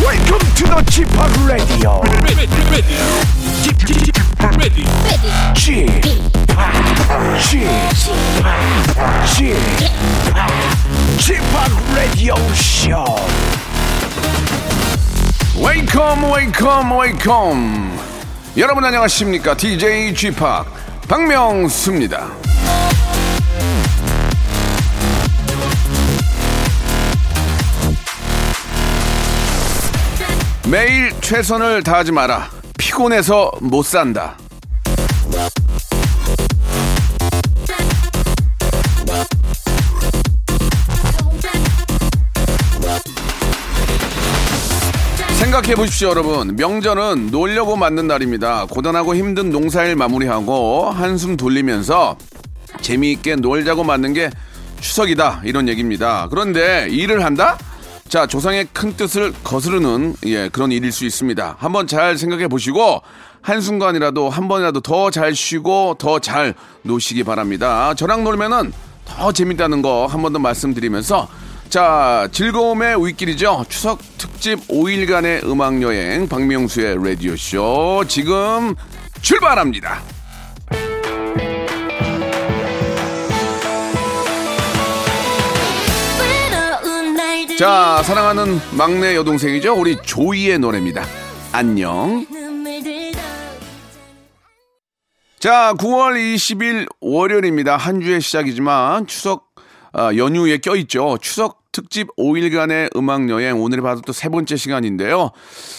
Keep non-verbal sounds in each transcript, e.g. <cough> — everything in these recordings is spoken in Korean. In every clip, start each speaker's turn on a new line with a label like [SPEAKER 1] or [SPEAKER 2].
[SPEAKER 1] Welcome to the g p o p Radio.
[SPEAKER 2] ready, ready, ready, ready,
[SPEAKER 1] g p o p g p o p g p o p Radio Show.
[SPEAKER 3] 웨이컴 웨이컴 웨이컴 여러분 안녕하십니까 DJ g p o p 박명수입니다 매일 최선을 다하지 마라 피곤해서 못 산다 생각해 보십시오, 여러분. 명절은 놀려고 만든 날입니다. 고단하고 힘든 농사일 마무리하고 한숨 돌리면서 재미있게 놀자고 만든 게 추석이다 이런 얘기입니다. 그런데 일을 한다? 자, 조상의 큰 뜻을 거스르는 예, 그런 일일 수 있습니다. 한번 잘 생각해 보시고 한순간이라도 한 번이라도 더 잘 쉬고 더 잘 노시기 바랍니다. 저랑 놀면은 더 재밌다는 거 한 번 더 말씀드리면서 자, 즐거움의 윗길이죠. 추석 특집 5일간의 음악 여행 박명수의 라디오 쇼 지금 출발합니다. 자, 사랑하는 막내 여동생이죠. 우리 조이의 노래입니다. 안녕. 자, 9월 20일 월요일입니다. 한 주의 시작이지만 추석 아, 연휴에 껴있죠. 추석 특집 5일간의 음악 여행 오늘이 바로 또 세 번째 시간인데요.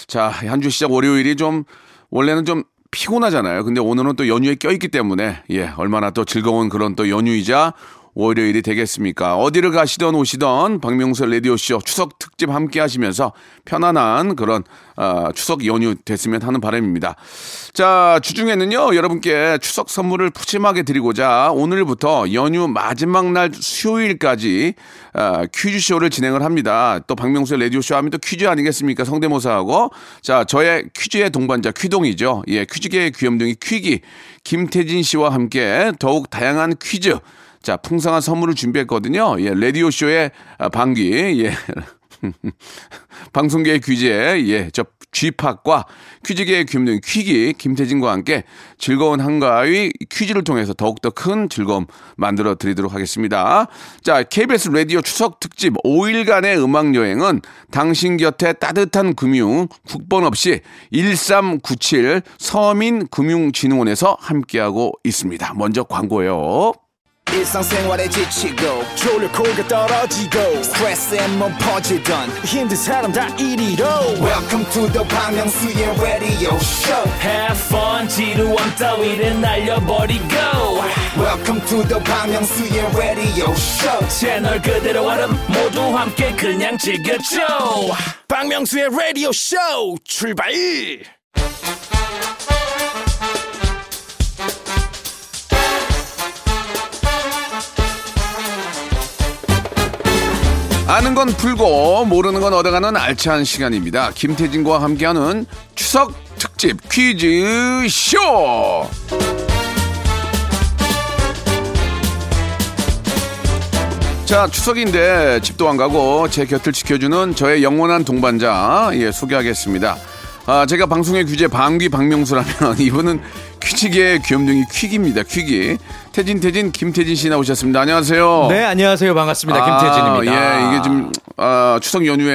[SPEAKER 3] 자, 한 주 시작 월요일이 좀 원래는 좀 피곤하잖아요. 근데 오늘은 또 연휴에 껴있기 때문에 예, 얼마나 또 즐거운 그런 또 연휴이자 월요일이 되겠습니까? 어디를 가시던 오시던 박명수 라디오 쇼 추석 특집 함께 하시면서 편안한 그런 아, 추석 연휴 됐으면 하는 바람입니다. 자, 주중에는요, 여러분께 추석 선물을 푸짐하게 드리고자 오늘부터 연휴 마지막 날 수요일까지 아, 퀴즈쇼를 진행을 합니다. 또 박명수의 라디오쇼 하면 또 퀴즈 아니겠습니까? 성대모사하고. 자, 저의 퀴즈의 동반자 퀴동이죠. 예, 퀴즈계의 귀염둥이 퀴기 김태진 씨와 함께 더욱 다양한 퀴즈 자, 풍성한 선물을 준비했거든요. 예, 라디오쇼의 아, 방귀, 예. 방송계의 규제, 예, 저 쥐팍과 퀴즈계의 귀염둥이 퀴기, 김태진과 함께 즐거운 한가위 퀴즈를 통해서 더욱더 큰 즐거움 만들어 드리도록 하겠습니다. 자, KBS 라디오 추석 특집 5일간의 음악 여행은 당신 곁에 따뜻한 금융, 국번 없이 1397 서민금융진흥원에서 함께하고 있습니다. 먼저 광고예요.
[SPEAKER 4] 일상생활에 지치고, 졸려 코가 떨어지고, 스트레스에 몸 퍼지던, 힘든 사람 다 이리로. welcome to the Bang Myung-soo's radio show
[SPEAKER 5] Have fun 지루한 따위를 날려버리고
[SPEAKER 4] welcome to the Bang Myung-soo's radio show
[SPEAKER 5] 채널 그대로 와름 모두 함께 그냥 즐겨줘
[SPEAKER 4] 박명수의 radio show 출발
[SPEAKER 3] 아는 건 풀고 모르는 건 얻어가는 알찬 시간입니다. 김태진과 함께하는 추석 특집 퀴즈 쇼. 자 추석인데 집도 안 가고 제 곁을 지켜주는 저의 영원한 동반자 예 소개하겠습니다. 아 제가 방송의 규제 방귀 박명수라면 <laughs> 이분은 퀴즈계의 귀염둥이 퀴기입니다. 퀴기 태진 태진 김태진 씨 나오셨습니다. 안녕하세요.
[SPEAKER 6] 네, 안녕하세요. 반갑습니다. 김태진입니다.
[SPEAKER 3] 아, 예, 이게 좀 아, 추석 연휴에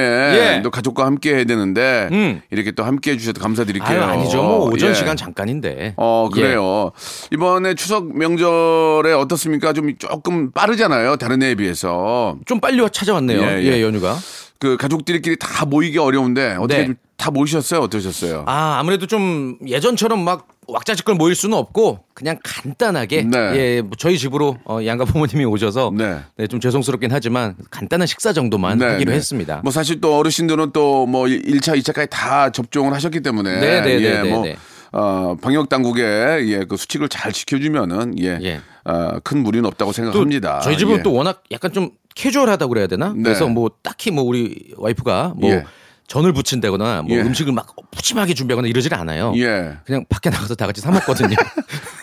[SPEAKER 6] 예.
[SPEAKER 3] 또 가족과 함께 해야 되는데
[SPEAKER 6] 음.
[SPEAKER 3] 이렇게 또 함께 해주셔서 감사드릴게요.
[SPEAKER 6] 아유, 아니죠. 뭐 오전
[SPEAKER 3] 예.
[SPEAKER 6] 시간 잠깐인데.
[SPEAKER 3] 어
[SPEAKER 6] 예.
[SPEAKER 3] 그래요. 이번에 추석 명절에 어떻습니까? 좀 조금 빠르잖아요. 다른 해에 비해서
[SPEAKER 6] 좀 빨리 찾아왔네요.
[SPEAKER 3] 예,
[SPEAKER 6] 예,
[SPEAKER 3] 예.
[SPEAKER 6] 연휴가.
[SPEAKER 3] 그 가족들끼리 다 모이기 어려운데 어떻게
[SPEAKER 6] 네.
[SPEAKER 3] 좀다 모이셨어요? 어떠셨어요?
[SPEAKER 6] 아, 아무래도 좀 예전처럼 막 왁자지껄 모일 수는 없고 그냥 간단하게
[SPEAKER 3] 네.
[SPEAKER 6] 예, 뭐 저희 집으로 어, 양가 부모님이 오셔서
[SPEAKER 3] 네.
[SPEAKER 6] 네. 좀 죄송스럽긴 하지만 간단한 식사 정도만 하기로 했습니다.
[SPEAKER 3] 뭐 사실 또 어르신들은 또 뭐 1차, 2차까지 다 접종을 하셨기 때문에
[SPEAKER 6] 네, 네,
[SPEAKER 3] 예,
[SPEAKER 6] 네,
[SPEAKER 3] 뭐
[SPEAKER 6] 네.
[SPEAKER 3] 어, 방역 당국의 예, 그 수칙을 잘 지켜주면은 예,
[SPEAKER 6] 예.
[SPEAKER 3] 어, 큰 무리는 없다고
[SPEAKER 6] 또
[SPEAKER 3] 생각합니다.
[SPEAKER 6] 저희 집은
[SPEAKER 3] 예.
[SPEAKER 6] 또 워낙 약간 좀 캐주얼하다고 그래야 되나?
[SPEAKER 3] 네.
[SPEAKER 6] 그래서 뭐 딱히 뭐 우리 와이프가 뭐
[SPEAKER 3] 예.
[SPEAKER 6] 전을 부친다거나 뭐
[SPEAKER 3] 예.
[SPEAKER 6] 음식을 막 푸짐하게 준비하거나 이러질 않아요.
[SPEAKER 3] 예.
[SPEAKER 6] 그냥 밖에 나가서 다 같이
[SPEAKER 3] <laughs>
[SPEAKER 6] 사 먹거든요. 그러니까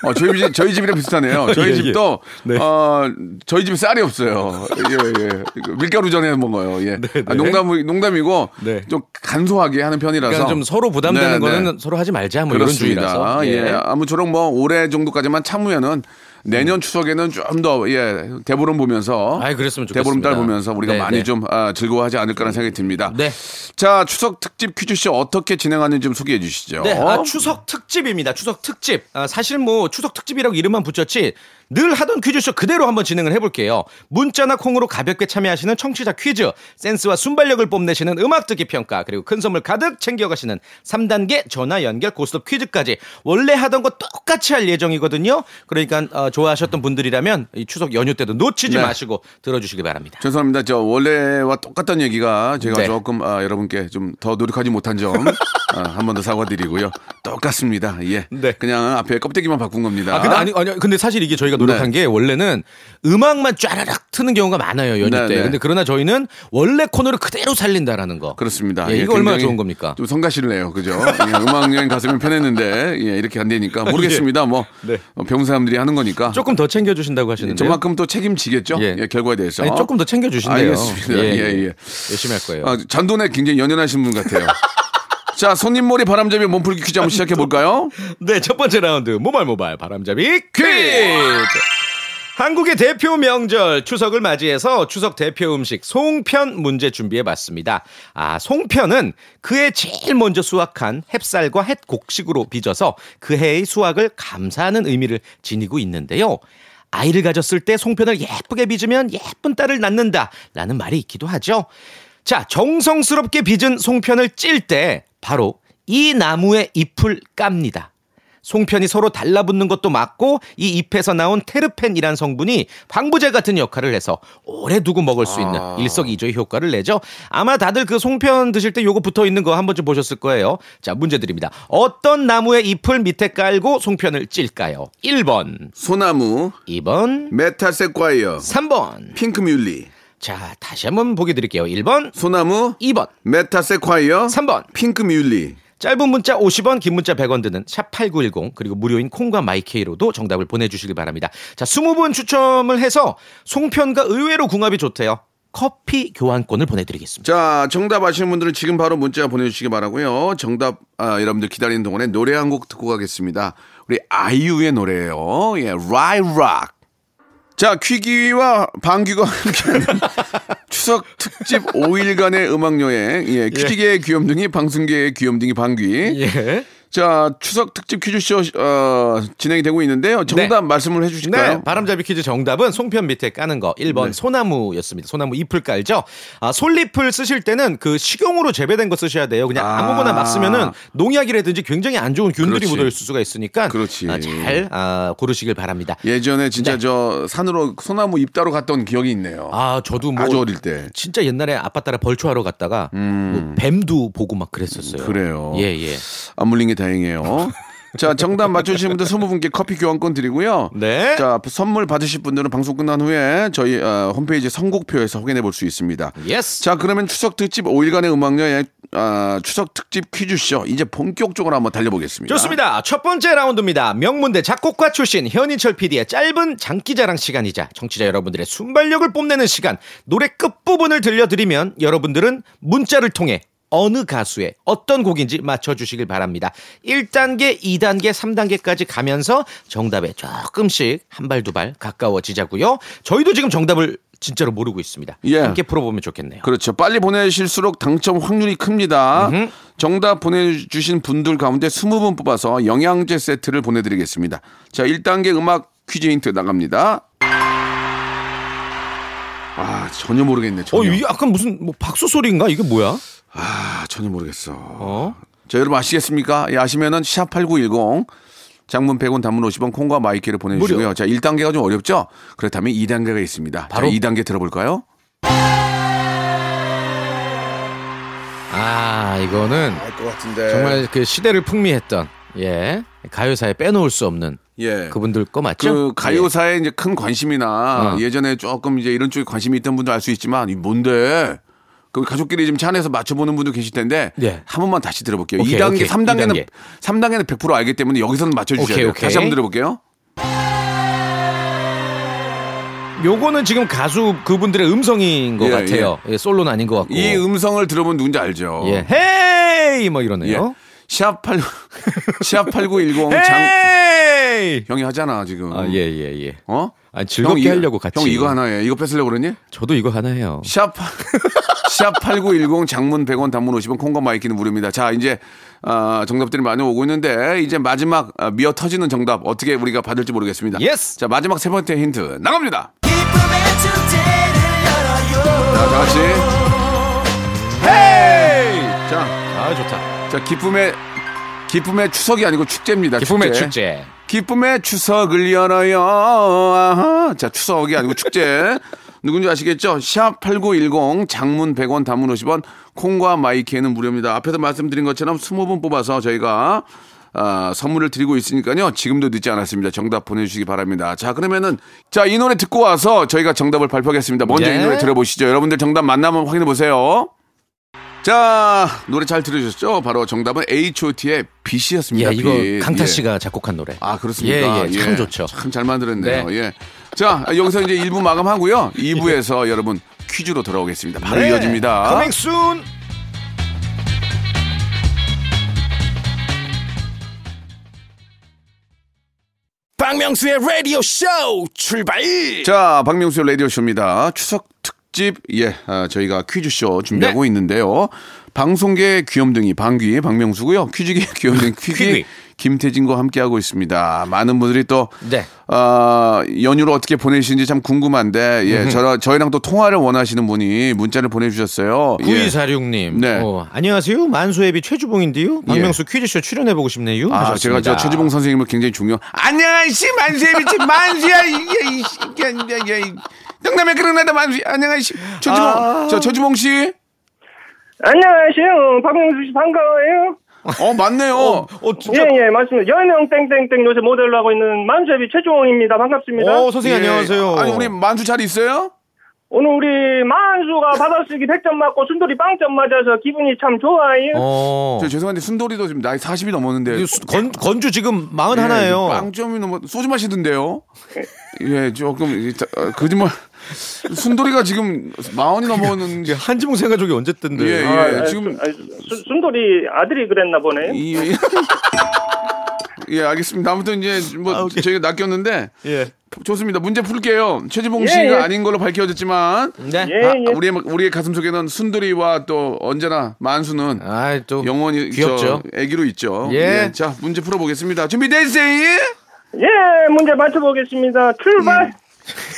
[SPEAKER 3] 어, 저희 집, 저희 집이랑 비슷하네요. 저희
[SPEAKER 6] <laughs> 예, 예.
[SPEAKER 3] 집도,
[SPEAKER 6] 네.
[SPEAKER 3] 어, 저희 집에 쌀이 없어요. 예, 예. 밀가루 전에 먹어요. 예. 아, 농담, 농담이고,
[SPEAKER 6] 네.
[SPEAKER 3] 좀 간소하게 하는 편이라서.
[SPEAKER 6] 그러니까 좀 서로 부담되는
[SPEAKER 3] 네,
[SPEAKER 6] 거는
[SPEAKER 3] 네.
[SPEAKER 6] 서로 하지 말자 뭐
[SPEAKER 3] 그렇습니다.
[SPEAKER 6] 이런 주의라서.
[SPEAKER 3] 예. 아무쪼록 뭐 올해 정도까지만 참으면은 내년 추석에는 좀 더 예, 대보름 보면서
[SPEAKER 6] 아이, 그랬으면 좋겠습니다.
[SPEAKER 3] 대보름달 보면서 우리가
[SPEAKER 6] 네,
[SPEAKER 3] 많이
[SPEAKER 6] 네.
[SPEAKER 3] 좀 아, 즐거워하지 않을까라는 생각이 듭니다.
[SPEAKER 6] 네.
[SPEAKER 3] 자, 추석 특집 퀴즈쇼 어떻게 진행하는지 좀 소개해 주시죠.
[SPEAKER 6] 네, 아, 추석 특집입니다. 추석 특집. 아, 사실 뭐 추석 특집이라고 이름만 붙였지 늘 하던 퀴즈쇼 그대로 한번 진행을 해볼게요. 문자나 콩으로 가볍게 참여하시는 청취자 퀴즈, 센스와 순발력을 뽐내시는 음악 듣기 평가, 그리고 큰 선물 가득 챙겨가시는 3단계 전화 연결 고스톱 퀴즈까지 원래 하던 거 똑같이 할 예정이거든요. 그러니까 어, 좋아하셨던 분들이라면 이 추석 연휴 때도 놓치지
[SPEAKER 3] 네.
[SPEAKER 6] 마시고 들어주시기 바랍니다.
[SPEAKER 3] 죄송합니다. 저 원래와 똑같던 얘기가 제가
[SPEAKER 6] 네.
[SPEAKER 3] 조금 아, 여러분께 좀 더 노력하지 못한
[SPEAKER 6] <laughs>
[SPEAKER 3] 점 아, 한 번 더 사과드리고요. 똑같습니다. 예.
[SPEAKER 6] 네.
[SPEAKER 3] 그냥 앞에 껍데기만 바꾼 겁니다.
[SPEAKER 6] 아, 근데 아니, 아니, 근데 사실 이게 저희가 노력한
[SPEAKER 3] 네.
[SPEAKER 6] 게 원래는 음악만 쫘라락 트는 경우가 많아요, 연휴
[SPEAKER 3] 네,
[SPEAKER 6] 때.
[SPEAKER 3] 네.
[SPEAKER 6] 근데 그러나 저희는 원래 코너를 그대로 살린다라는 거.
[SPEAKER 3] 그렇습니다.
[SPEAKER 6] 예,
[SPEAKER 3] 예,
[SPEAKER 6] 이거 얼마나
[SPEAKER 3] 굉장히
[SPEAKER 6] 좋은 겁니까?
[SPEAKER 3] 좀 성가시를 해요. 그죠? 예, 음악 여행 갔으면 편했는데 예, 이렇게 안 되니까 모르겠습니다. 뭐
[SPEAKER 6] 네.
[SPEAKER 3] 어, 배운 사람들이 하는 거니까 예,
[SPEAKER 6] 조금 더 챙겨주신다고 하시는데.
[SPEAKER 3] 저만큼 또 책임지겠죠. 예.
[SPEAKER 6] 예.
[SPEAKER 3] 결과에 대해서
[SPEAKER 6] 아니, 조금 더 챙겨주신대요.
[SPEAKER 3] 알겠습니다. 예, 예.
[SPEAKER 6] 열심히 할 거예요.
[SPEAKER 3] 아, 잔돈에 굉장히 연연하신 분
[SPEAKER 6] <laughs>
[SPEAKER 3] 같아요. 자 손님몰이 바람잡이 몸풀기 퀴즈 한번 시작해 볼까요?
[SPEAKER 6] 네, 첫 번째 라운드 모발 모발 바람잡이 퀴즈. 한국의 대표 명절 추석을 맞이해서 추석 대표 음식 송편 문제 준비해 봤습니다. 아, 송편은 그해 제일 먼저 수확한 햅쌀과 햇곡식으로 빚어서 그 해의 수확을 감사하는 의미를 지니고 있는데요. 아이를 가졌을 때 송편을 예쁘게 빚으면 예쁜 딸을 낳는다라는 말이 있기도 하죠. 자, 정성스럽게 빚은 송편을 찔 때 바로 이 나무의 잎을 깝니다. 송편이 서로 달라붙는 것도 맞고 이 잎에서 나온 테르펜이란 성분이 방부제 같은 역할을 해서 오래 두고 먹을 수 있는 일석이조의 효과를 내죠. 아마 다들 그 송편 드실 때 요거 붙어 있는 거 한 번쯤 보셨을 거예요. 자, 문제 드립니다. 어떤 나무의 잎을 밑에 깔고 송편을 찔까요? 1번,
[SPEAKER 3] 소나무,
[SPEAKER 6] 2번,
[SPEAKER 3] 메타세콰이어,
[SPEAKER 6] 3번.
[SPEAKER 3] 핑크뮬리.
[SPEAKER 6] 자, 다시 한번 보기 드릴게요. 1번,
[SPEAKER 3] 소나무,
[SPEAKER 6] 2번,
[SPEAKER 3] 메타세콰이어,
[SPEAKER 6] 3번.
[SPEAKER 3] 핑크뮬리.
[SPEAKER 6] 짧은 문자 50원, 긴 문자 100원 드는 샵8910 그리고 무료인 콩과 마이케이로도 정답을 보내주시길 바랍니다. 자, 20분 추첨을 해서 송편과 의외로 궁합이 좋대요. 커피 교환권을 보내드리겠습니다.
[SPEAKER 3] 자, 정답 아시는 분들은 지금 바로 문자 보내주시기 바라고요. 정답 아, 여러분들 기다리는 동안에 노래 한 곡 듣고 가겠습니다. 우리 아이유의 노래예요. 예, Ride Rock. 자, 퀴기와 방귀가 함께하는 <laughs> 추석 특집 5일간의 음악 여행. 예, 퀴기계의 귀염둥이, 방송계의 귀염둥이 방귀.
[SPEAKER 6] 예.
[SPEAKER 3] 자, 추석 특집 퀴즈쇼 어, 진행이 되고 있는데요. 정답 말씀을 해주실까요?
[SPEAKER 6] 네, 바람잡이 퀴즈 정답은 송편 밑에 까는 거 1번
[SPEAKER 3] 네.
[SPEAKER 6] 소나무였습니다. 소나무 잎을 깔죠. 아, 솔잎을 쓰실 때는 그 식용으로 재배된 거 쓰셔야 돼요. 그냥
[SPEAKER 3] 아.
[SPEAKER 6] 아. 무거나막 쓰면은 농약이라든지 굉장히 안 좋은 균들이
[SPEAKER 3] 그렇지.
[SPEAKER 6] 묻어 있을 수가 있으니까
[SPEAKER 3] 그렇지.
[SPEAKER 6] 아, 잘 아, 고르시길 바랍니다.
[SPEAKER 3] 예전에 진짜
[SPEAKER 6] 네.
[SPEAKER 3] 저 산으로 소나무 잎 따러 갔던 기억이 있네요.
[SPEAKER 6] 아, 저도 뭐
[SPEAKER 3] 아주 어릴 때.
[SPEAKER 6] 진짜 옛날에 아빠 따라 벌초하러 갔다가 뭐 뱀도 보고 막 그랬었어요.
[SPEAKER 3] 그래요.
[SPEAKER 6] 예, 예.
[SPEAKER 3] 안 물린 게 다행이에요. 자, 정답 맞춰주신 분들 20분께 커피 교환권 드리고요.
[SPEAKER 6] 네.
[SPEAKER 3] 자, 선물 받으실 분들은 방송 끝난 후에 저희 어, 홈페이지 선곡표에서 확인해 볼 수 있습니다.
[SPEAKER 6] 예스.
[SPEAKER 3] 자, 그러면 추석 특집 5일간의 음악여행 아, 추석 특집 퀴즈쇼 이제 본격적으로 한번 달려보겠습니다.
[SPEAKER 6] 좋습니다. 첫 번째 라운드입니다. 명문대 작곡가 출신 현인철 PD의 짧은 장기자랑 시간이자 청취자 여러분들의 순발력을 뽐내는 시간. 노래 끝부분을 들려드리면 여러분들은 문자를 통해 어느 가수의 어떤 곡인지 맞춰주시길 바랍니다. 1단계, 2단계, 3단계까지 가면서 정답에 조금씩 한 발 두 발 가까워지자고요. 저희도 지금 정답을 진짜로 모르고 있습니다.
[SPEAKER 3] 예.
[SPEAKER 6] 함께 풀어보면 좋겠네요.
[SPEAKER 3] 그렇죠. 빨리 보내실수록 당첨 확률이 큽니다. 정답 보내주신 분들 가운데 20분 뽑아서 영양제 세트를 보내드리겠습니다. 자, 1단계 음악 퀴즈 힌트 나갑니다. 아, 전혀 모르겠네.
[SPEAKER 6] 어,
[SPEAKER 3] 전혀.
[SPEAKER 6] 이게 약간 무슨 뭐 박수 소리인가? 이게 뭐야?
[SPEAKER 3] 아, 전혀 모르겠어.
[SPEAKER 6] 어?
[SPEAKER 3] 자, 여러분 아시겠습니까? 예, 아시면은 샵8910 장문 100원 단문 50원 콩과 마이키를 보내주시고요.
[SPEAKER 6] 무료.
[SPEAKER 3] 자, 1단계가 좀 어렵죠? 그렇다면 2단계가 있습니다. 바로
[SPEAKER 6] 바로?
[SPEAKER 3] 자, 2단계 들어볼까요?
[SPEAKER 6] 아 이거는
[SPEAKER 3] 것 같은데.
[SPEAKER 6] 정말 그 시대를 풍미했던 예 가요사에 빼놓을 수 없는
[SPEAKER 3] 예.
[SPEAKER 6] 그분들 거 맞죠?
[SPEAKER 3] 그 가요사에 이제 큰 관심이나
[SPEAKER 6] 그렇죠? 어.
[SPEAKER 3] 예전에 조금 이제 이런 쪽에 관심이 있던 분들 알 수 있지만 이 뭔데 그 가족끼리 지금 차 안에서 맞춰보는 분도 계실 텐데
[SPEAKER 6] 네.
[SPEAKER 3] 한 번만 다시 들어볼게요.
[SPEAKER 6] 오케이,
[SPEAKER 3] 이 2단계,
[SPEAKER 6] 오케이.
[SPEAKER 3] 3단계는
[SPEAKER 6] 2단계.
[SPEAKER 3] 3단계는 100% 알기 때문에 여기서는 맞춰주셔야
[SPEAKER 6] 오케이,
[SPEAKER 3] 돼요.
[SPEAKER 6] 오케이.
[SPEAKER 3] 다시 한번 들어볼게요.
[SPEAKER 6] 예. 요거는 지금 가수 그분들의 음성인 것
[SPEAKER 3] 예,
[SPEAKER 6] 같아요. 예, 솔로는 아닌 것 같고.
[SPEAKER 3] 이 음성을 들어보면 누군지 알죠. 예.
[SPEAKER 6] 예. 헤이 뭐 이러네요. <laughs>
[SPEAKER 3] 샵8 샵8910 예. 어, 장
[SPEAKER 6] 헤이.
[SPEAKER 3] 형이 하잖아 지금.
[SPEAKER 6] 아, 예, 예, 예.
[SPEAKER 3] 어?
[SPEAKER 6] 아니, 즐겁게
[SPEAKER 3] 이-
[SPEAKER 6] 하려고 같이.
[SPEAKER 3] 형 이거 하나 해. 이거 뺏으려고 그러니?
[SPEAKER 6] 저도 이거 하나 해요.
[SPEAKER 3] 샵, 샵8910 장문 100원 단문 50원 콩과 마이키는 무료입니다. 자, 이제 아, 정답들이 많이 오고 있는데 이제 마지막 아, 미어 터지는 정답 어떻게 우리가 받을지 모르겠습니다.
[SPEAKER 6] Yes.
[SPEAKER 3] 자, 마지막 세 번째 힌트 나갑니다. 자, 다 같이.
[SPEAKER 6] 헤이.
[SPEAKER 3] 자,
[SPEAKER 6] 아, 좋다.
[SPEAKER 3] 자, 기쁨의 기쁨의 추석이 아니고 축제입니다.
[SPEAKER 6] 기쁨의
[SPEAKER 3] 축제.
[SPEAKER 6] 축제.
[SPEAKER 3] 기쁨의 추석을 열어요. 아하. 자, 추석이 아니고
[SPEAKER 6] <laughs>
[SPEAKER 3] 축제. 누군지 아시겠죠? 샵8910 장문 100원 단문 50원 콩과 마이키에는 무료입니다. 앞에서 말씀드린 것처럼 20분 뽑아서 저희가 아, 선물을 드리고 있으니까요. 지금도 늦지 않았습니다. 정답 보내주시기 바랍니다. 자, 그러면은 자, 이 노래 듣고 와서 저희가 정답을 발표하겠습니다. 먼저 이
[SPEAKER 6] 예.
[SPEAKER 3] 노래 들어보시죠. 여러분들 정답 만나면 확인해 보세요. 자, 노래 잘 들으셨죠? 바로 정답은 H.O.T의 빛이었습니다.
[SPEAKER 6] 예, 이거
[SPEAKER 3] 빛.
[SPEAKER 6] 강타
[SPEAKER 3] 예.
[SPEAKER 6] 씨가 작곡한 노래.
[SPEAKER 3] 아 그렇습니까?
[SPEAKER 6] 예, 예, 참 좋죠.
[SPEAKER 3] 참 잘 만들었네요.
[SPEAKER 6] 네.
[SPEAKER 3] 예. 자 여기서 이제 1부 마감하고요. 2부에서 <laughs> 여러분 퀴즈로 돌아오겠습니다. 바로
[SPEAKER 6] 네.
[SPEAKER 3] 이어집니다.
[SPEAKER 6] Coming soon.
[SPEAKER 1] 박명수의 라디오 쇼 출발!
[SPEAKER 3] 자 박명수의 라디오 쇼입니다. 추석 특집 예 아, 저희가 퀴즈 쇼 준비하고
[SPEAKER 6] 네.
[SPEAKER 3] 있는데요. 방송계 귀염둥이 방귀 박명수고요. 퀴즈계 <laughs> 귀염둥이 퀴기
[SPEAKER 6] 퀴기.
[SPEAKER 3] 김태진과 함께하고 있습니다. 많은 분들이 또
[SPEAKER 6] 네.
[SPEAKER 3] 아, 연휴를 어떻게 보내시는지 참 궁금한데
[SPEAKER 6] 음.
[SPEAKER 3] 예, 저, 저희랑 또 통화를 원하시는 분이 문자를 보내주셨어요. 예.
[SPEAKER 6] 9246님.
[SPEAKER 3] 네.
[SPEAKER 6] 어, 안녕하세요. 만수예비 최주봉인데요. 박명수 퀴즈쇼 출연해보고 싶네요.
[SPEAKER 3] 아, 제가 저 최지봉 선생님을 굉장히 중요. 안녕하시 만수예비치 만수야 이게 이게 등남에 그러나다 만수 안녕하시 최지봉
[SPEAKER 6] 아.
[SPEAKER 3] 저 최지봉 씨.
[SPEAKER 7] 안녕하세요. 박명수 씨 반가워요.
[SPEAKER 3] 어 맞네요.
[SPEAKER 6] 어, 진짜.
[SPEAKER 7] 예, 예, 맞습니다. 연영 땡땡땡 요새 모델로 하고 있는 만수비 최종원입니다. 반갑습니다.
[SPEAKER 6] 어, 선생님
[SPEAKER 3] 예.
[SPEAKER 6] 안녕하세요.
[SPEAKER 3] 아니 우리 만수 잘 있어요?
[SPEAKER 7] 오늘 우리
[SPEAKER 3] <laughs>
[SPEAKER 7] 만수가 받아쓰기 100점 맞고 순돌이 빵점 맞아서 기분이 참 좋아요.
[SPEAKER 6] 어.
[SPEAKER 3] 저 죄송한데 순돌이도 지금 나이 40이 넘었는데
[SPEAKER 6] 이거 수- 건, 건주 지금 마흔
[SPEAKER 3] 예,
[SPEAKER 6] 하나예요.
[SPEAKER 3] 빵점이 넘어 소주 마시던데요. 예 조금 이- 자, 어, 거짓말. 순돌이가 지금 마흔이 넘었는 게
[SPEAKER 6] 한지봉 생가족이 언제 뜬데?
[SPEAKER 3] 예, 예.
[SPEAKER 7] 아,
[SPEAKER 3] 지금
[SPEAKER 7] 수- 아, 수- 순돌이 아들이 그랬나 보네.
[SPEAKER 3] 이- 이- 예 알겠습니다. 아무튼 이제 뭐 저희가 낚였는데
[SPEAKER 6] 예.
[SPEAKER 3] 좋습니다. 문제 풀게요. 최지봉 씨가
[SPEAKER 7] 예.
[SPEAKER 3] 아닌 걸로 밝혀졌지만
[SPEAKER 6] 네.
[SPEAKER 7] 예,
[SPEAKER 3] 아,
[SPEAKER 7] 예.
[SPEAKER 3] 우리의 우리의 가슴 속에는 순돌이와 또 언제나 만수는
[SPEAKER 6] 아, 또
[SPEAKER 3] 영원히
[SPEAKER 6] 귀엽죠.
[SPEAKER 3] 저 애기로 있죠.
[SPEAKER 6] 예.
[SPEAKER 3] 자 문제 풀어보겠습니다. 준비됐어요?
[SPEAKER 7] 예, 문제 맞춰보겠습니다.
[SPEAKER 3] 음.
[SPEAKER 7] 출발!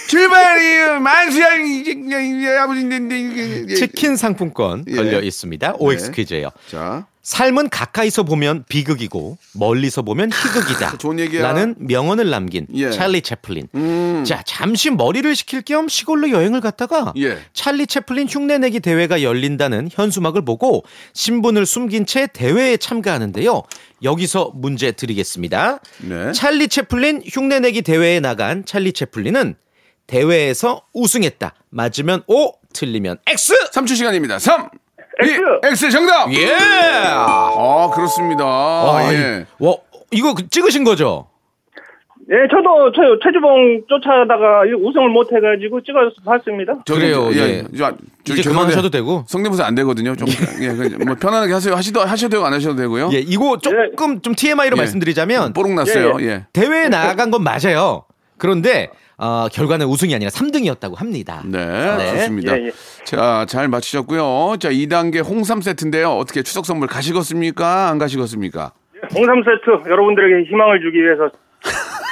[SPEAKER 3] 출발이요. 만수야 이제 그냥 이제 아버지인데 이게- 이게-
[SPEAKER 6] 치킨 상품권
[SPEAKER 3] 예.
[SPEAKER 6] 걸려 있습니다. OX 퀴즈예요.
[SPEAKER 3] 자
[SPEAKER 6] 삶은 가까이서 보면 비극이고 멀리서 보면 희극이다.
[SPEAKER 3] 좋은 얘기야.
[SPEAKER 6] 라는 명언을 남긴
[SPEAKER 3] 예. 음.
[SPEAKER 6] 찰리 채플린. 자, 잠시 머리를 식힐 겸 시골로 여행을 갔다가
[SPEAKER 3] 예.
[SPEAKER 6] 찰리 채플린 흉내내기 대회가 열린다는 현수막을 보고 신분을 숨긴 채 대회에 참가하는데요. 여기서 문제 드리겠습니다.
[SPEAKER 3] 네.
[SPEAKER 6] 찰리 채플린 흉내내기 대회에 나간 찰리 채플린은 대회에서 우승했다. 맞으면 O, 틀리면 X.
[SPEAKER 3] 3초 시간입니다. 3
[SPEAKER 7] X.
[SPEAKER 3] X 정답.
[SPEAKER 6] 예.
[SPEAKER 3] 아 그렇습니다.
[SPEAKER 6] 아,
[SPEAKER 3] 예.
[SPEAKER 6] 이- 와, 이거 그- 찍으신 거죠?
[SPEAKER 7] 예, 저도 최, 최주봉 쫓아다가 이 우승을 못해가지고 찍어서 봤습니다.
[SPEAKER 3] 저기,
[SPEAKER 6] 그래요,
[SPEAKER 3] 예,
[SPEAKER 6] 예.
[SPEAKER 3] 저, 저,
[SPEAKER 6] 이제
[SPEAKER 3] 죄송한데
[SPEAKER 6] 그만하셔도 되고.
[SPEAKER 3] 성대모사 안 되거든요. 좀, 예, 그냥 뭐 편안하게 하세요. 하시도 하셔도 되고 안 하셔도 되고요.
[SPEAKER 6] 예, 이거 조금 좀 TMI로
[SPEAKER 3] 예.
[SPEAKER 6] 말씀드리자면
[SPEAKER 3] 뽀록 났어요. 예.
[SPEAKER 6] 대회에 나간 건 맞아요. 그런데 어, 결과는 우승이 아니라 3등이었다고 합니다.
[SPEAKER 3] 네,
[SPEAKER 6] 네.
[SPEAKER 3] 좋습니다.
[SPEAKER 7] 예, 예.
[SPEAKER 3] 자, 잘 맞히셨고요. 자, 2단계 홍삼 세트인데요. 어떻게 추석 선물 가시겠습니까? 안 가시겠습니까?
[SPEAKER 7] 홍삼 세트 여러분들에게 희망을 주기
[SPEAKER 3] <laughs>
[SPEAKER 7] 위해서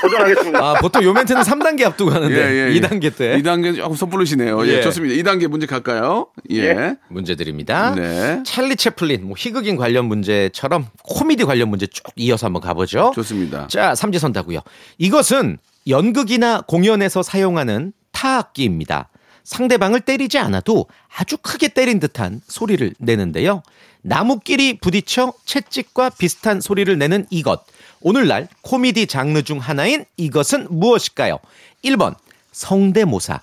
[SPEAKER 7] 도전하겠습니다.
[SPEAKER 6] 아, 보통 요 멘트는 3단계 앞두고 하는데
[SPEAKER 3] 예, 예, 예.
[SPEAKER 6] 네, 2단계 때
[SPEAKER 3] 2단계 조금 섣부르시네요. 예,
[SPEAKER 6] 예.
[SPEAKER 3] 좋습니다. 2단계 문제 갈까요? 예.
[SPEAKER 6] 문제 드립니다.
[SPEAKER 3] 네.
[SPEAKER 6] 찰리 채플린 뭐 희극인 관련 문제처럼 코미디 관련 문제 쭉 이어서 한번 가보죠.
[SPEAKER 3] 좋습니다.
[SPEAKER 6] <laughs> 자, 삼지선다고요. 이것은 연극이나 공연에서 사용하는 타악기입니다. 상대방을 때리지 않아도 아주 크게 때린 듯한 소리를 내는데요. 나무끼리 부딪혀 채찍과 비슷한 소리를 내는 이것. 오늘날 코미디 장르 중 하나인 이것은 무엇일까요? 1번 성대모사,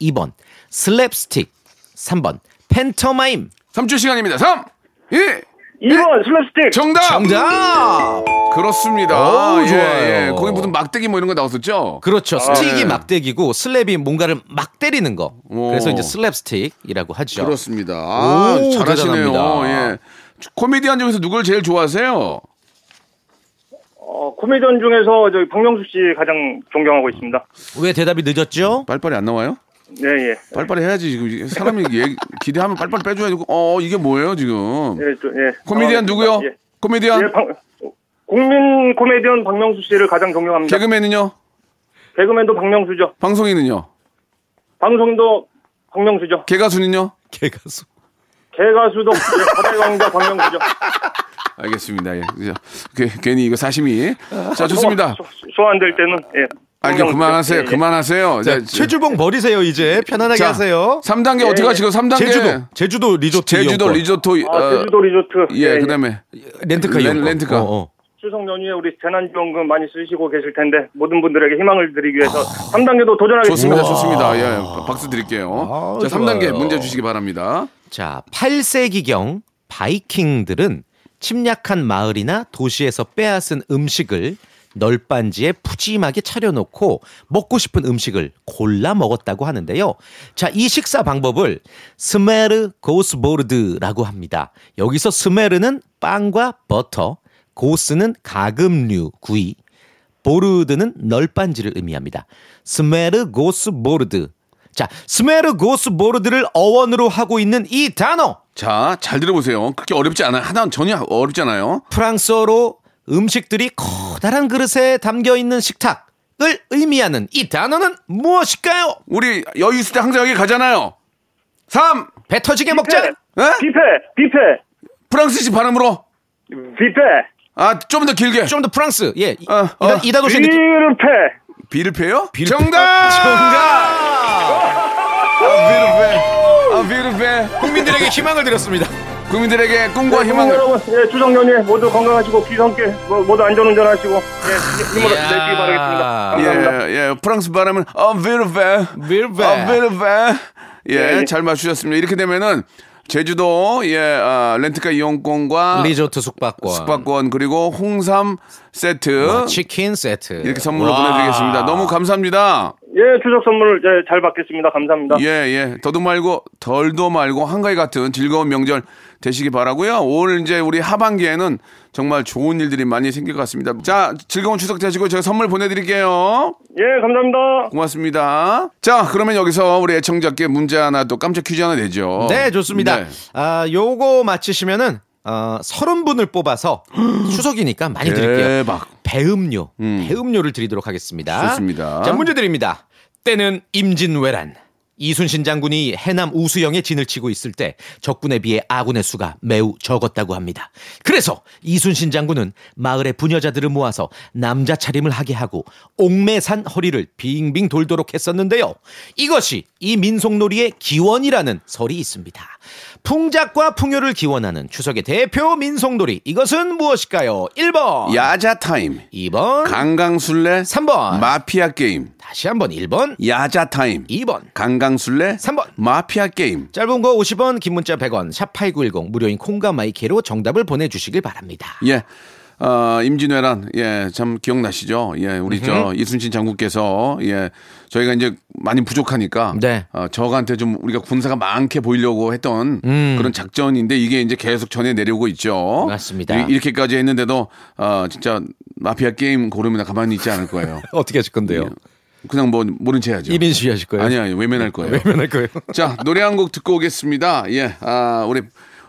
[SPEAKER 6] 2번 슬랩스틱, 3번 펜터마임.
[SPEAKER 3] 3초 시간입니다. 3, 2, 네.
[SPEAKER 7] 2번 슬랩스틱.
[SPEAKER 3] 정답!
[SPEAKER 6] 정답!
[SPEAKER 3] 그렇습니다.
[SPEAKER 6] 어우,
[SPEAKER 3] 예,
[SPEAKER 6] 좋아요.
[SPEAKER 3] 예. 거기 무슨 막대기 뭐 이런 거 나왔었죠?
[SPEAKER 6] 그렇죠. 스틱이
[SPEAKER 3] 네.
[SPEAKER 6] 막 때기고 슬랩이 뭔가를 막 때리는 거.
[SPEAKER 3] 오.
[SPEAKER 6] 그래서 이제 슬랩스틱이라고 하죠.
[SPEAKER 3] 그렇습니다. 아,
[SPEAKER 6] 오,
[SPEAKER 3] 잘하시네요.
[SPEAKER 6] 대단합니다.
[SPEAKER 3] 예. 코미디언 중에서 누굴 제일 좋아하세요?
[SPEAKER 7] 어, 코미디언 중에서 저기 박명수 씨 가장 존경하고 있습니다.
[SPEAKER 6] 왜 대답이 <laughs> 늦었죠?
[SPEAKER 3] 빨빨이 안 나와요?
[SPEAKER 7] 예, 예.
[SPEAKER 3] 빨빨이 해야지. 지금 사람이 얘기- 기대하면 빨빨 빼줘야 되고. 어, 이게 뭐예요, 지금?
[SPEAKER 7] 예, 저, 예.
[SPEAKER 3] 코미디언
[SPEAKER 7] 당황했습니다.
[SPEAKER 3] 누구요?
[SPEAKER 7] 예.
[SPEAKER 3] 코미디언?
[SPEAKER 7] 예, 방- 국민 코미디언 박명수 씨를 가장 존경합니다.
[SPEAKER 3] 개그맨은요?
[SPEAKER 7] 개그... 맨도 박명수죠.
[SPEAKER 3] 방송인은요?
[SPEAKER 7] 방송인도 박명수죠.
[SPEAKER 3] 개가수는요?
[SPEAKER 6] 개가수.
[SPEAKER 7] 개가수도 예, 바다의 왕자 박명수죠.
[SPEAKER 3] 알겠습니다. 예. 그죠. 개- 괜히 이거 사심이. 자, 좋습니다.
[SPEAKER 7] 소환될 때는 예.
[SPEAKER 3] 아, 이거 그만하세요.
[SPEAKER 7] 아, 예, 예.
[SPEAKER 3] 그만하세요.
[SPEAKER 6] 자, 최주봉 버리세요 이제 편안하게 하세요.
[SPEAKER 3] 3단계
[SPEAKER 7] 예,
[SPEAKER 3] 어떻게 하시고 3단계
[SPEAKER 6] 제주도 제주도 리조트
[SPEAKER 3] 제주도
[SPEAKER 6] 이용권.
[SPEAKER 3] 리조트
[SPEAKER 7] 아, 제주도 리조트.
[SPEAKER 3] 어, 예, 그다음에
[SPEAKER 6] 렌트카
[SPEAKER 3] 렌-
[SPEAKER 6] 이용권.
[SPEAKER 3] 렌트카.
[SPEAKER 6] 어, 어.
[SPEAKER 7] 추석 연휴에 우리 재난지원금 많이 쓰시고 계실 텐데 모든 분들에게 희망을 드리기 위해서 3단계도
[SPEAKER 3] 아.
[SPEAKER 7] 도전하겠습니다.
[SPEAKER 3] 좋습니다. 좋습니다. 예. 박수 드릴게요.
[SPEAKER 6] 아,
[SPEAKER 3] 자, 3단계
[SPEAKER 6] 좋아요.
[SPEAKER 3] 문제 주시기 바랍니다.
[SPEAKER 6] 자, 8세기경 바이킹들은 침략한 마을이나 도시에서 빼앗은 음식을 널빤지에 푸짐하게 차려놓고 먹고 싶은 음식을 골라 먹었다고 하는데요. 자, 이 식사 방법을 스메르 고스보르드라고 합니다. 여기서 스메르는 빵과 버터, 고스는 가금류 구이, 보르드는 널빤지를 의미합니다. 스메르 고스 보르드. 자, 스메르 고스 보르드를 어원으로 하고 있는 이 단어.
[SPEAKER 3] 자, 잘 들어보세요. 그렇게 어렵지 않아요. 하나 전혀 어렵잖아요.
[SPEAKER 6] 프랑스어로 음식들이 커다란 그릇에 담겨 있는 식탁을 의미하는 이 단어는 무엇일까요?
[SPEAKER 3] 우리 여유 있을 때 항상 여기 가잖아요. 3.
[SPEAKER 6] 배 터지게 먹자. 어?
[SPEAKER 3] 에?
[SPEAKER 7] 뷔페, 뷔페,
[SPEAKER 3] 프랑스식 발음으로.
[SPEAKER 7] 뷔페,
[SPEAKER 3] 아, 좀 더 길게.
[SPEAKER 6] 좀 더 프랑스. 예. 이,
[SPEAKER 3] 어, 어.
[SPEAKER 6] 이, 다 도시
[SPEAKER 7] 뷔페.
[SPEAKER 6] 느낌.
[SPEAKER 3] 비르페요? 정답! 아, 비르페. 아, 비르페.
[SPEAKER 6] 국민들에게 희망을 드렸습니다.
[SPEAKER 3] 국민들에게 꿈과
[SPEAKER 7] 국민
[SPEAKER 3] 뭐 희망을.
[SPEAKER 7] 여러분, 예, 추석 연휴에 모두 건강하시고 귀성께 모두 안전운전하시고 예, 힘을
[SPEAKER 6] 이야.
[SPEAKER 7] 내시기 바라겠습니다.
[SPEAKER 3] 아, 예,
[SPEAKER 7] 감사합니다.
[SPEAKER 3] 예. 프랑스 발음은 아, 비르페.
[SPEAKER 6] 빌베.
[SPEAKER 3] 아, 베르베. 예,
[SPEAKER 7] 예.
[SPEAKER 3] 잘 맞추셨습니다. 이렇게 되면은 제주도 예 아, 렌트카 이용권과
[SPEAKER 6] 리조트 숙박권.
[SPEAKER 3] 숙박권 그리고 홍삼 세트
[SPEAKER 6] 치킨 세트.
[SPEAKER 3] 이렇게 선물로
[SPEAKER 6] 와.
[SPEAKER 3] 보내드리겠습니다. 너무 감사합니다.
[SPEAKER 7] 예, 추석 선물 예, 잘 받겠습니다. 감사합니다.
[SPEAKER 3] 예, 예. 더도 말고 덜도 말고 한가위 같은 즐거운 명절 되시기 바라고요. 올 이제 우리 하반기에는 정말 좋은 일들이 많이 생길 것 같습니다. 자, 즐거운 추석 되시고 제가 선물 보내드릴게요.
[SPEAKER 7] 예, 감사합니다.
[SPEAKER 3] 고맙습니다. 자, 그러면 여기서 우리 애청자께 문제 하나 또 깜짝 퀴즈 하나 내죠.
[SPEAKER 6] 네, 좋습니다.
[SPEAKER 3] 네.
[SPEAKER 6] 아, 요거 맞히시면은 어, 서른
[SPEAKER 3] <gasps>
[SPEAKER 6] 분을 뽑아서 추석이니까 많이 드릴게요.
[SPEAKER 3] 대박.
[SPEAKER 6] 배음료, 배음료를 드리도록 하겠습니다.
[SPEAKER 3] 좋습니다.
[SPEAKER 6] 자, 문제 드립니다. 때는 임진왜란. 이순신 장군이 해남 우수영에 진을 치고 있을 때 적군에 비해 아군의 수가 매우 적었다고 합니다. 그래서 이순신 장군은 마을의 부녀자들을 모아서 남자 차림을 하게 하고 옥매산 허리를 빙빙 돌도록 했었는데요. 이것이 이 민속놀이의 기원이라는 설이 있습니다. 풍작과 풍요를 기원하는 추석의 대표 민속놀이 이것은 무엇일까요? 1번,
[SPEAKER 3] 야자 타임,
[SPEAKER 6] 2번,
[SPEAKER 3] 강강술래,
[SPEAKER 6] 3번.
[SPEAKER 3] 마피아 게임,
[SPEAKER 6] 다시 한번 1번,
[SPEAKER 3] 야자 타임,
[SPEAKER 6] 2번.
[SPEAKER 3] 강강술래,
[SPEAKER 6] 삼 번.
[SPEAKER 3] 마피아 게임.
[SPEAKER 6] 짧은 거 50원, 긴 문자 100원, 샵 8910 무료인 콩과 마이케로 정답을 보내 주시길 바랍니다.
[SPEAKER 3] 예. 어, 임진왜란 예 참 기억나시죠 예 우리 저 이순신 장군께서 예 저희가 이제 많이 부족하니까
[SPEAKER 6] 네.
[SPEAKER 3] 어, 저한테 좀 우리가 군사가 많게 보이려고 했던 그런 작전인데 이게 이제 계속 전해 내려오고 있죠
[SPEAKER 6] 음. 맞습니다.
[SPEAKER 3] 이, 이렇게까지 했는데도 어, 진짜 마피아 게임 고르면 가만히 있지 않을 거예요
[SPEAKER 6] 어떻게 하실 건데요?
[SPEAKER 3] 그냥 뭐 모른 체
[SPEAKER 6] <laughs>
[SPEAKER 3] 해야죠
[SPEAKER 6] 이민식이 하실 거예요?
[SPEAKER 3] 아니 아니 외면할 거예요
[SPEAKER 6] 변할 거예요.
[SPEAKER 3] 자 노래 한 곡 듣고 오겠습니다. 예, 아 우리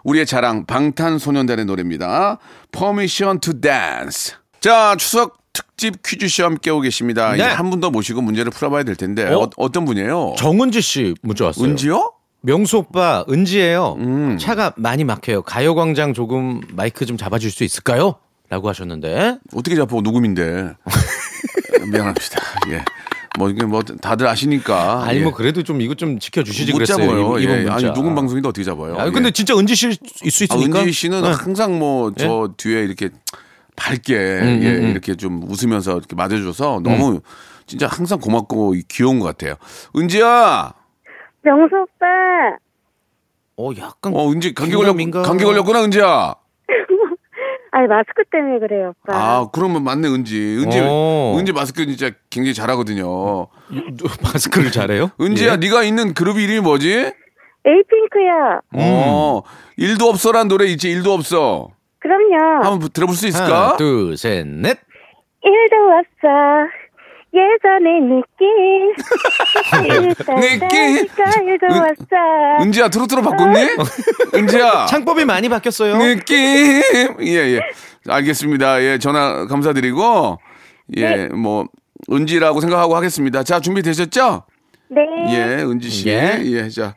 [SPEAKER 3] 우리의 자랑 방탄소년단의 노래입니다. Permission to Dance. 자 추석 특집 퀴즈쇼 함께하고 계십니다. 이제 한 분 더 모시고 문제를 풀어봐야 될 텐데
[SPEAKER 6] 네. 어?
[SPEAKER 3] 어, 떤 분이에요?
[SPEAKER 6] 정은지 씨 문자 왔어요.
[SPEAKER 3] 은지요? 음.
[SPEAKER 6] 명수 오빠 은지예요. 차가 많이 막혀요. 가요 광장 조금 마이크 좀 잡아 줄수 있을까요? 라고 하셨는데.
[SPEAKER 3] 어떻게 잡고
[SPEAKER 6] <laughs>
[SPEAKER 3] 녹음인데 미안합니다. 예, 뭐 이게 뭐 다들 아시니까
[SPEAKER 6] 아니
[SPEAKER 3] 예.
[SPEAKER 6] 뭐 그래도 좀 이거 좀 지켜 주시지
[SPEAKER 3] 못
[SPEAKER 6] 그랬어요.
[SPEAKER 3] 잡아요.
[SPEAKER 6] 이번-
[SPEAKER 3] 예,
[SPEAKER 6] 이번 문자.
[SPEAKER 3] 아니 녹음 방송인데 어떻게 잡아요?
[SPEAKER 6] 아,
[SPEAKER 3] 예.
[SPEAKER 6] 근데 진짜 은지 씨 있을 수
[SPEAKER 3] 아,
[SPEAKER 6] 있으니까. 네. 예.
[SPEAKER 3] 은지 씨는 항상 뭐 저 뒤에 이렇게 밝게
[SPEAKER 6] 음,
[SPEAKER 3] 예, 이렇게 좀 웃으면서 이렇게 맞아줘서 너무 진짜 항상 고맙고 귀여운 것 같아요. 은지야,
[SPEAKER 8] 명수 오빠,
[SPEAKER 6] 어, 약간
[SPEAKER 3] 어, 은지 감기
[SPEAKER 6] 균형
[SPEAKER 3] 걸렸
[SPEAKER 6] 민감.
[SPEAKER 3] 감기 걸렸구나, 은지야.
[SPEAKER 8] 아니 마스크 때문에 그래요, 오빠.
[SPEAKER 3] 아, 그러면 맞네, 은지. 은지
[SPEAKER 6] 오.
[SPEAKER 3] 은지 마스크 진짜 굉장히 잘하거든요.
[SPEAKER 6] 마스크를 잘해요?
[SPEAKER 3] <laughs> 은지야,
[SPEAKER 6] 예.
[SPEAKER 3] 네가 있는 그룹 이름이 뭐지?
[SPEAKER 8] 에이핑크야.
[SPEAKER 3] 어, 일도 없어란 노래 있지, 일도 없어.
[SPEAKER 8] 그럼요.
[SPEAKER 3] 한번 들어볼 수 있을까?
[SPEAKER 6] 하나, 둘, 셋, 넷.
[SPEAKER 8] 일도 없어. 예전의 느낌.
[SPEAKER 3] 느낌?
[SPEAKER 8] 그러니까 일도
[SPEAKER 3] 은-
[SPEAKER 8] 없어.
[SPEAKER 3] 은지야, 트로트로 바꿨니?
[SPEAKER 6] <laughs>
[SPEAKER 3] 은지야.
[SPEAKER 6] 창법이 많이 바뀌었어요.
[SPEAKER 3] 네. 느낌. 예, 예. 알겠습니다. 예, 전화 감사드리고.
[SPEAKER 8] 네.
[SPEAKER 3] 예, 뭐, 은지라고 생각하고 하겠습니다. 자, 준비되셨죠?
[SPEAKER 8] 네.
[SPEAKER 3] 예, 은지 씨.
[SPEAKER 6] 예. 네.
[SPEAKER 3] 예, 자.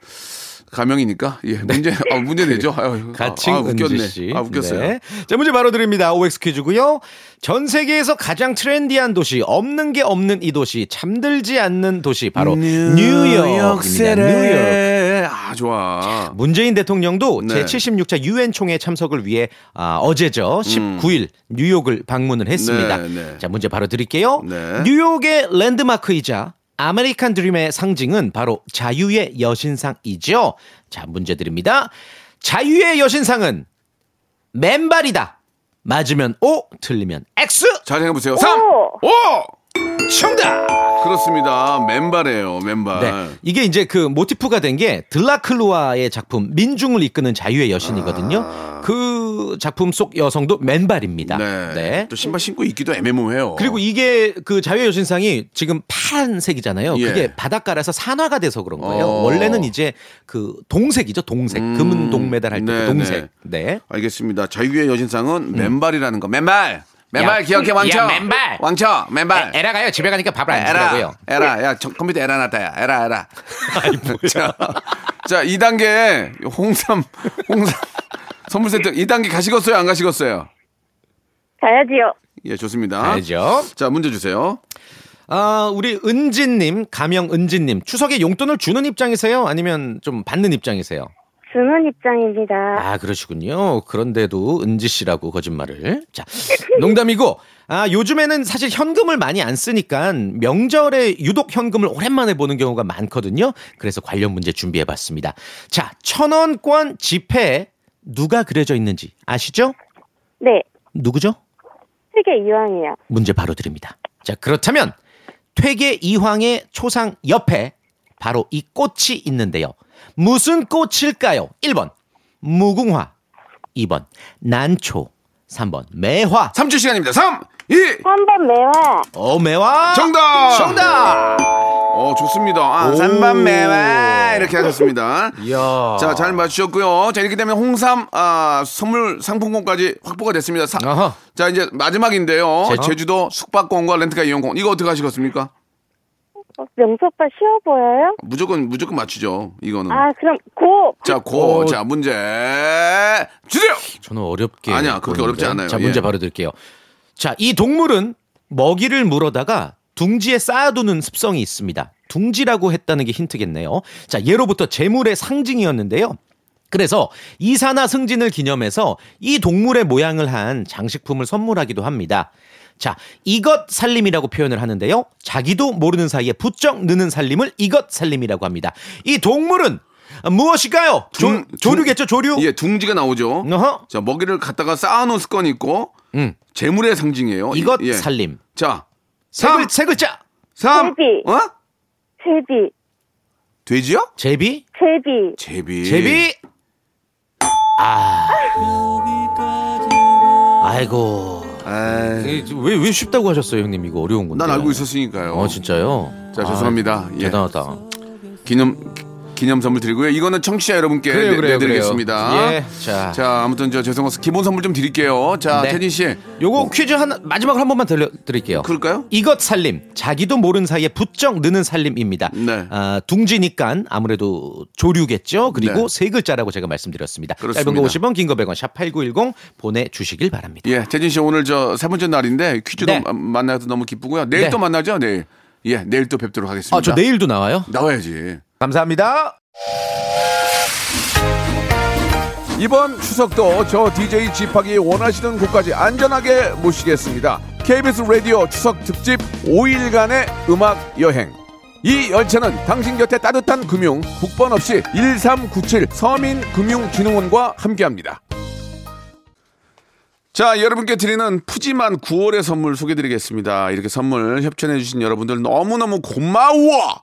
[SPEAKER 3] 가명이니까 예 문제 아 문제 내죠 아유,
[SPEAKER 6] 가칭
[SPEAKER 3] 아,
[SPEAKER 6] 은지 씨.
[SPEAKER 3] 아 웃겼어요
[SPEAKER 6] 네. 자 문제 바로 드립니다. OX 퀴즈고요. 전 세계에서 가장 트렌디한 도시, 없는 게 없는 이 도시, 잠들지 않는 도시 바로 뉴욕입니다. 뉴욕.
[SPEAKER 3] 아 좋아
[SPEAKER 6] 네. 문재인 대통령도
[SPEAKER 3] 네.
[SPEAKER 6] 제76차 유엔 총회 참석을 위해 아, 어제죠 19일 뉴욕을 방문을 했습니다.
[SPEAKER 3] 네, 네.
[SPEAKER 6] 자 문제 바로 드릴게요.
[SPEAKER 3] 네.
[SPEAKER 6] 뉴욕의 랜드마크이자 아메리칸 드림의 상징은 바로 자유의 여신상이죠. 자 문제 드립니다. 자유의 여신상은 맨발이다. 맞으면 O, 틀리면 X.
[SPEAKER 3] 잘 생각해 보세요 삼
[SPEAKER 8] 오!
[SPEAKER 3] 오
[SPEAKER 6] 정답.
[SPEAKER 3] 그렇습니다 맨발이에요 맨발
[SPEAKER 6] 네. 이게 이제 그 모티프가 된 게 들라클루아의 작품 민중을 이끄는 자유의 여신이거든요. 그 작품 속 여성도 맨발입니다.
[SPEAKER 3] 아. 네.
[SPEAKER 6] 네.
[SPEAKER 3] 또 신발 신고 있기도 애매모호해요
[SPEAKER 6] 그리고 이게 그 자유의 여신상이 지금 파란색이잖아요.
[SPEAKER 3] 예.
[SPEAKER 6] 그게 바닷가라서 산화가 돼서 그런 거예요.
[SPEAKER 3] 어.
[SPEAKER 6] 원래는 이제 그 동색이죠. 동색. 금은 동메달 할 때
[SPEAKER 3] 네,
[SPEAKER 6] 그 동색. 네.
[SPEAKER 3] 알겠습니다. 자유의 여신상은 맨발이라는 거. 맨발. 맨발
[SPEAKER 6] 음. 야,
[SPEAKER 3] 기억해 왕쳐.
[SPEAKER 6] 야, 맨발.
[SPEAKER 3] 왕쳐. 맨발.
[SPEAKER 6] 에라 가요. 집에 가니까 밥을 안
[SPEAKER 3] 에라.
[SPEAKER 6] 주더라고요.
[SPEAKER 3] 에라. 야, 저 컴퓨터 에라 났다. 야. 에라
[SPEAKER 6] <laughs>
[SPEAKER 3] 에라. 자, 자, 2단계 홍삼 홍삼
[SPEAKER 6] <laughs>
[SPEAKER 3] 선물 세트 2단계 가시겠어요? 안 가시겠어요?
[SPEAKER 8] 가야지요.
[SPEAKER 3] 예, 좋습니다.
[SPEAKER 6] 알죠?
[SPEAKER 3] 자, 문제 주세요.
[SPEAKER 6] 아, 우리 은진님, 가명 은진님, 추석에 용돈을 주는 입장이세요? 아니면 좀 받는 입장이세요?
[SPEAKER 8] 주는 입장입니다.
[SPEAKER 6] 아, 그러시군요. 그런데도 은지 씨라고 거짓말을. 자, 농담이고, 아, 요즘에는 사실 현금을 많이 안 쓰니까 명절에 유독 현금을 오랜만에 보는 경우가 많거든요. 그래서 관련 문제 준비해 봤습니다. 자, 천원권 지폐에 누가 그려져 있는지 아시죠?
[SPEAKER 8] 네.
[SPEAKER 6] 누구죠?
[SPEAKER 8] 세계 이왕이요.
[SPEAKER 6] 문제 바로 드립니다. 자, 그렇다면 퇴계 이황의 초상 옆에 바로 이 꽃이 있는데요. 무슨 꽃일까요? 1번 무궁화, 2번 난초, 3번 매화.
[SPEAKER 3] 3주 시간입니다. 3 2
[SPEAKER 8] 한번 매화.
[SPEAKER 6] 어, 매화.
[SPEAKER 3] 정답!
[SPEAKER 6] 정답.
[SPEAKER 3] 어, 좋습니다. 아, 3번 매화 이렇게 하셨습니다.
[SPEAKER 6] 이야.
[SPEAKER 3] 자, 잘 맞추셨고요. 자, 이렇게 되면 홍삼 아, 선물 상품권까지 확보가 됐습니다. 사-
[SPEAKER 6] 아하.
[SPEAKER 3] 자, 이제 마지막인데요.
[SPEAKER 6] 제주?
[SPEAKER 3] 제주도 숙박권과 렌트카 이용권. 이거 어떻게 하시겠습니까?
[SPEAKER 8] 어, 명수 오빠 쉬워 보여요?
[SPEAKER 3] 무조건 무조건 맞추죠. 이거는.
[SPEAKER 8] 아 그럼 고.
[SPEAKER 3] 자, 고.
[SPEAKER 6] 어.
[SPEAKER 3] 자, 문제 주세요.
[SPEAKER 6] 저는 어렵게
[SPEAKER 3] 아니야, 그렇게
[SPEAKER 6] 보는데.
[SPEAKER 3] 어렵지 않아요.
[SPEAKER 6] 자, 문제
[SPEAKER 3] 예.
[SPEAKER 6] 바로 드릴게요. 자, 이 동물은 먹이를 물어다가 둥지에 쌓아두는 습성이 있습니다. 둥지라고 했다는 게 힌트겠네요. 자, 예로부터 재물의 상징이었는데요. 그래서 이산화 승진을 기념해서 이 동물의 모양을 한 장식품을 선물하기도 합니다. 자, 이것 살림이라고 표현을 하는데요. 자기도 모르는 사이에 부쩍 느는 살림을 이것 살림이라고 합니다. 이 동물은 무엇일까요? 조,
[SPEAKER 3] 둥-
[SPEAKER 6] 조류겠죠, 조류?
[SPEAKER 3] 예, 둥지가 나오죠.
[SPEAKER 6] 어허.
[SPEAKER 3] 자, 먹이를 갖다가 쌓아 놓은 습관이 있고
[SPEAKER 6] 음.
[SPEAKER 3] 재물의 상징이에요. 이-
[SPEAKER 6] 이것
[SPEAKER 3] 예.
[SPEAKER 6] 살림.
[SPEAKER 3] 자,
[SPEAKER 6] 세,
[SPEAKER 3] 삼.
[SPEAKER 6] 글, 세 글자.
[SPEAKER 3] 3
[SPEAKER 8] 제비.
[SPEAKER 3] 어?
[SPEAKER 8] 제비.
[SPEAKER 3] 돼지요?
[SPEAKER 6] 제비?
[SPEAKER 8] 제비.
[SPEAKER 3] 제비.
[SPEAKER 6] 제비? 아. 아이고.
[SPEAKER 3] 에이,
[SPEAKER 6] 예. 왜, 왜 쉽다고 하셨어요, 형님? 이거 어려운 건데.
[SPEAKER 3] 난 알고 있었으니까요.
[SPEAKER 6] 어, 진짜요?
[SPEAKER 3] 자, 죄송합니다.
[SPEAKER 6] 아,
[SPEAKER 3] 예.
[SPEAKER 6] 대단하다.
[SPEAKER 3] 기념 기념 선물 드리고요. 이거는 청취자 여러분께
[SPEAKER 6] 그래요,
[SPEAKER 3] 내-
[SPEAKER 6] 그래요,
[SPEAKER 3] 내드리겠습니다.
[SPEAKER 6] 그래요. 예, 자.
[SPEAKER 3] 아무튼 저 죄송해서 기본 선물 좀 드릴게요. 자,
[SPEAKER 6] 네.
[SPEAKER 3] 태진 씨,
[SPEAKER 6] 요거 퀴즈 하나, 마지막으로 한 번만 들려, 드릴게요.
[SPEAKER 3] 뭐. 그럴까요?
[SPEAKER 6] 이것 살림 자기도 모르는 사이에 부쩍 느는 살림입니다.
[SPEAKER 3] 네.
[SPEAKER 6] 아, 둥지니까 아무래도 조류겠죠. 그리고
[SPEAKER 3] 네.
[SPEAKER 6] 세 글자라고 제가 말씀드렸습니다.
[SPEAKER 3] 그렇습니다.
[SPEAKER 6] 짧은 거 50원, 긴 거 100원, 샵 #8910 보내주시길 바랍니다.
[SPEAKER 3] 예, 태진 씨 오늘 저 세 번째 날인데 퀴즈도
[SPEAKER 6] 네.
[SPEAKER 3] 마- 만나서 너무 기쁘고요. 내일
[SPEAKER 6] 네.
[SPEAKER 3] 또 만나죠, 내일. 예, 내일 또 뵙도록 하겠습니다.
[SPEAKER 6] 아, 저 내일도 나와요?
[SPEAKER 3] 나와야지.
[SPEAKER 6] 감사합니다.
[SPEAKER 1] 이번 추석도 저 DJ 지팍이 원하시는 곳까지 안전하게 모시겠습니다. KBS 라디오 추석 특집 5일간의 음악 여행.
[SPEAKER 3] 이 열차는 당신 곁에 따뜻한 금융 국번 없이 1397 서민금융진흥원과 함께합니다. 자, 여러분께 드리는 푸짐한 9월의 선물 소개드리겠습니다. 이렇게 선물 협찬해주신 여러분들 너무너무 고마워!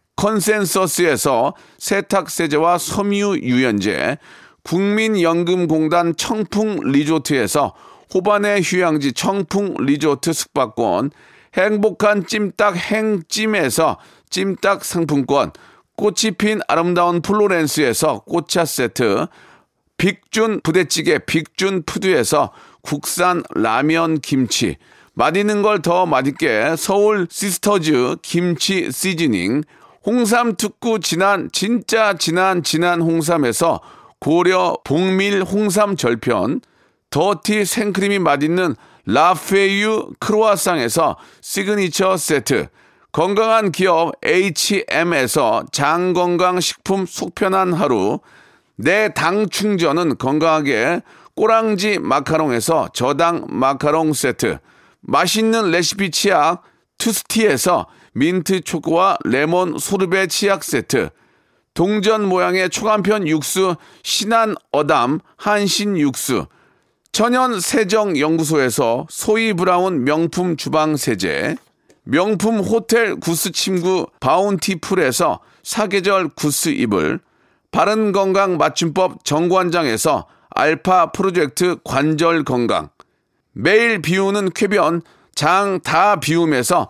[SPEAKER 3] 컨센서스에서 세탁 세제와 섬유 유연제 국민연금공단 청풍 리조트에서 호반의 휴양지 청풍 리조트 숙박권 행복한 찜닭 행찜에서 찜닭 상품권 꽃이 핀 아름다운 플로렌스에서 꽃차 세트 빅준 부대찌개 빅준 푸드에서 국산 라면 김치 맛있는 걸 더 맛있게 서울 시스터즈 김치 시즈닝 홍삼 특구 진한 진짜 진한 진한 홍삼에서 고려 복밀 홍삼 절편 더티 생크림이 맛있는 라페유 크로아상에서 시그니처 세트 건강한 기업 H&M에서 장건강식품 속편한 하루 내 당 충전은 건강하게 꼬랑지 마카롱에서 저당 마카롱 세트 맛있는 레시피 치약 투스티에서 민트 초코와 레몬 소르베 치약 세트 동전 모양의 초간편 육수 신한 어담 한신 육수 천연 세정 연구소에서 소이 브라운 명품 주방 세제 명품 호텔 구스 침구 바운티풀에서 사계절 구스 이불 바른 건강 맞춤법 정관장에서 알파 프로젝트 관절 건강 매일 비우는 쾌변 장 다 비움에서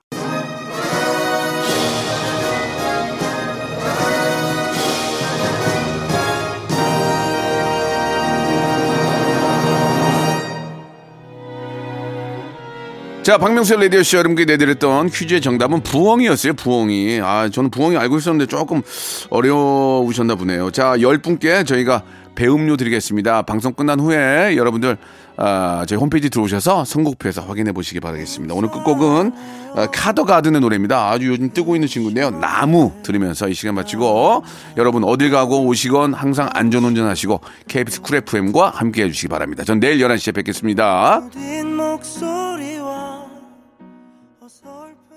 [SPEAKER 3] 자, 박명수의 라디오쇼 여러분께 내드렸던 퀴즈의 정답은 부엉이였어요, 부엉이. 아, 저는 부엉이 알고 있었는데 조금 어려우셨나 보네요. 자, 열 분께 저희가 배음료 드리겠습니다. 방송 끝난 후에 여러분들, 아, 저희 홈페이지 들어오셔서 선곡표에서 확인해 보시기 바라겠습니다. 오늘 끝곡은 아, 카더가든의 노래입니다. 아주 요즘 뜨고 있는 친구인데요. 나무 들으면서 이 시간 마치고 여러분 어딜 가고 오시건 항상 안전운전 하시고 KBS 쿨 FM과 함께 해주시기 바랍니다. 전 내일 11시에 뵙겠습니다.
[SPEAKER 9] 된 목소리와 어설픈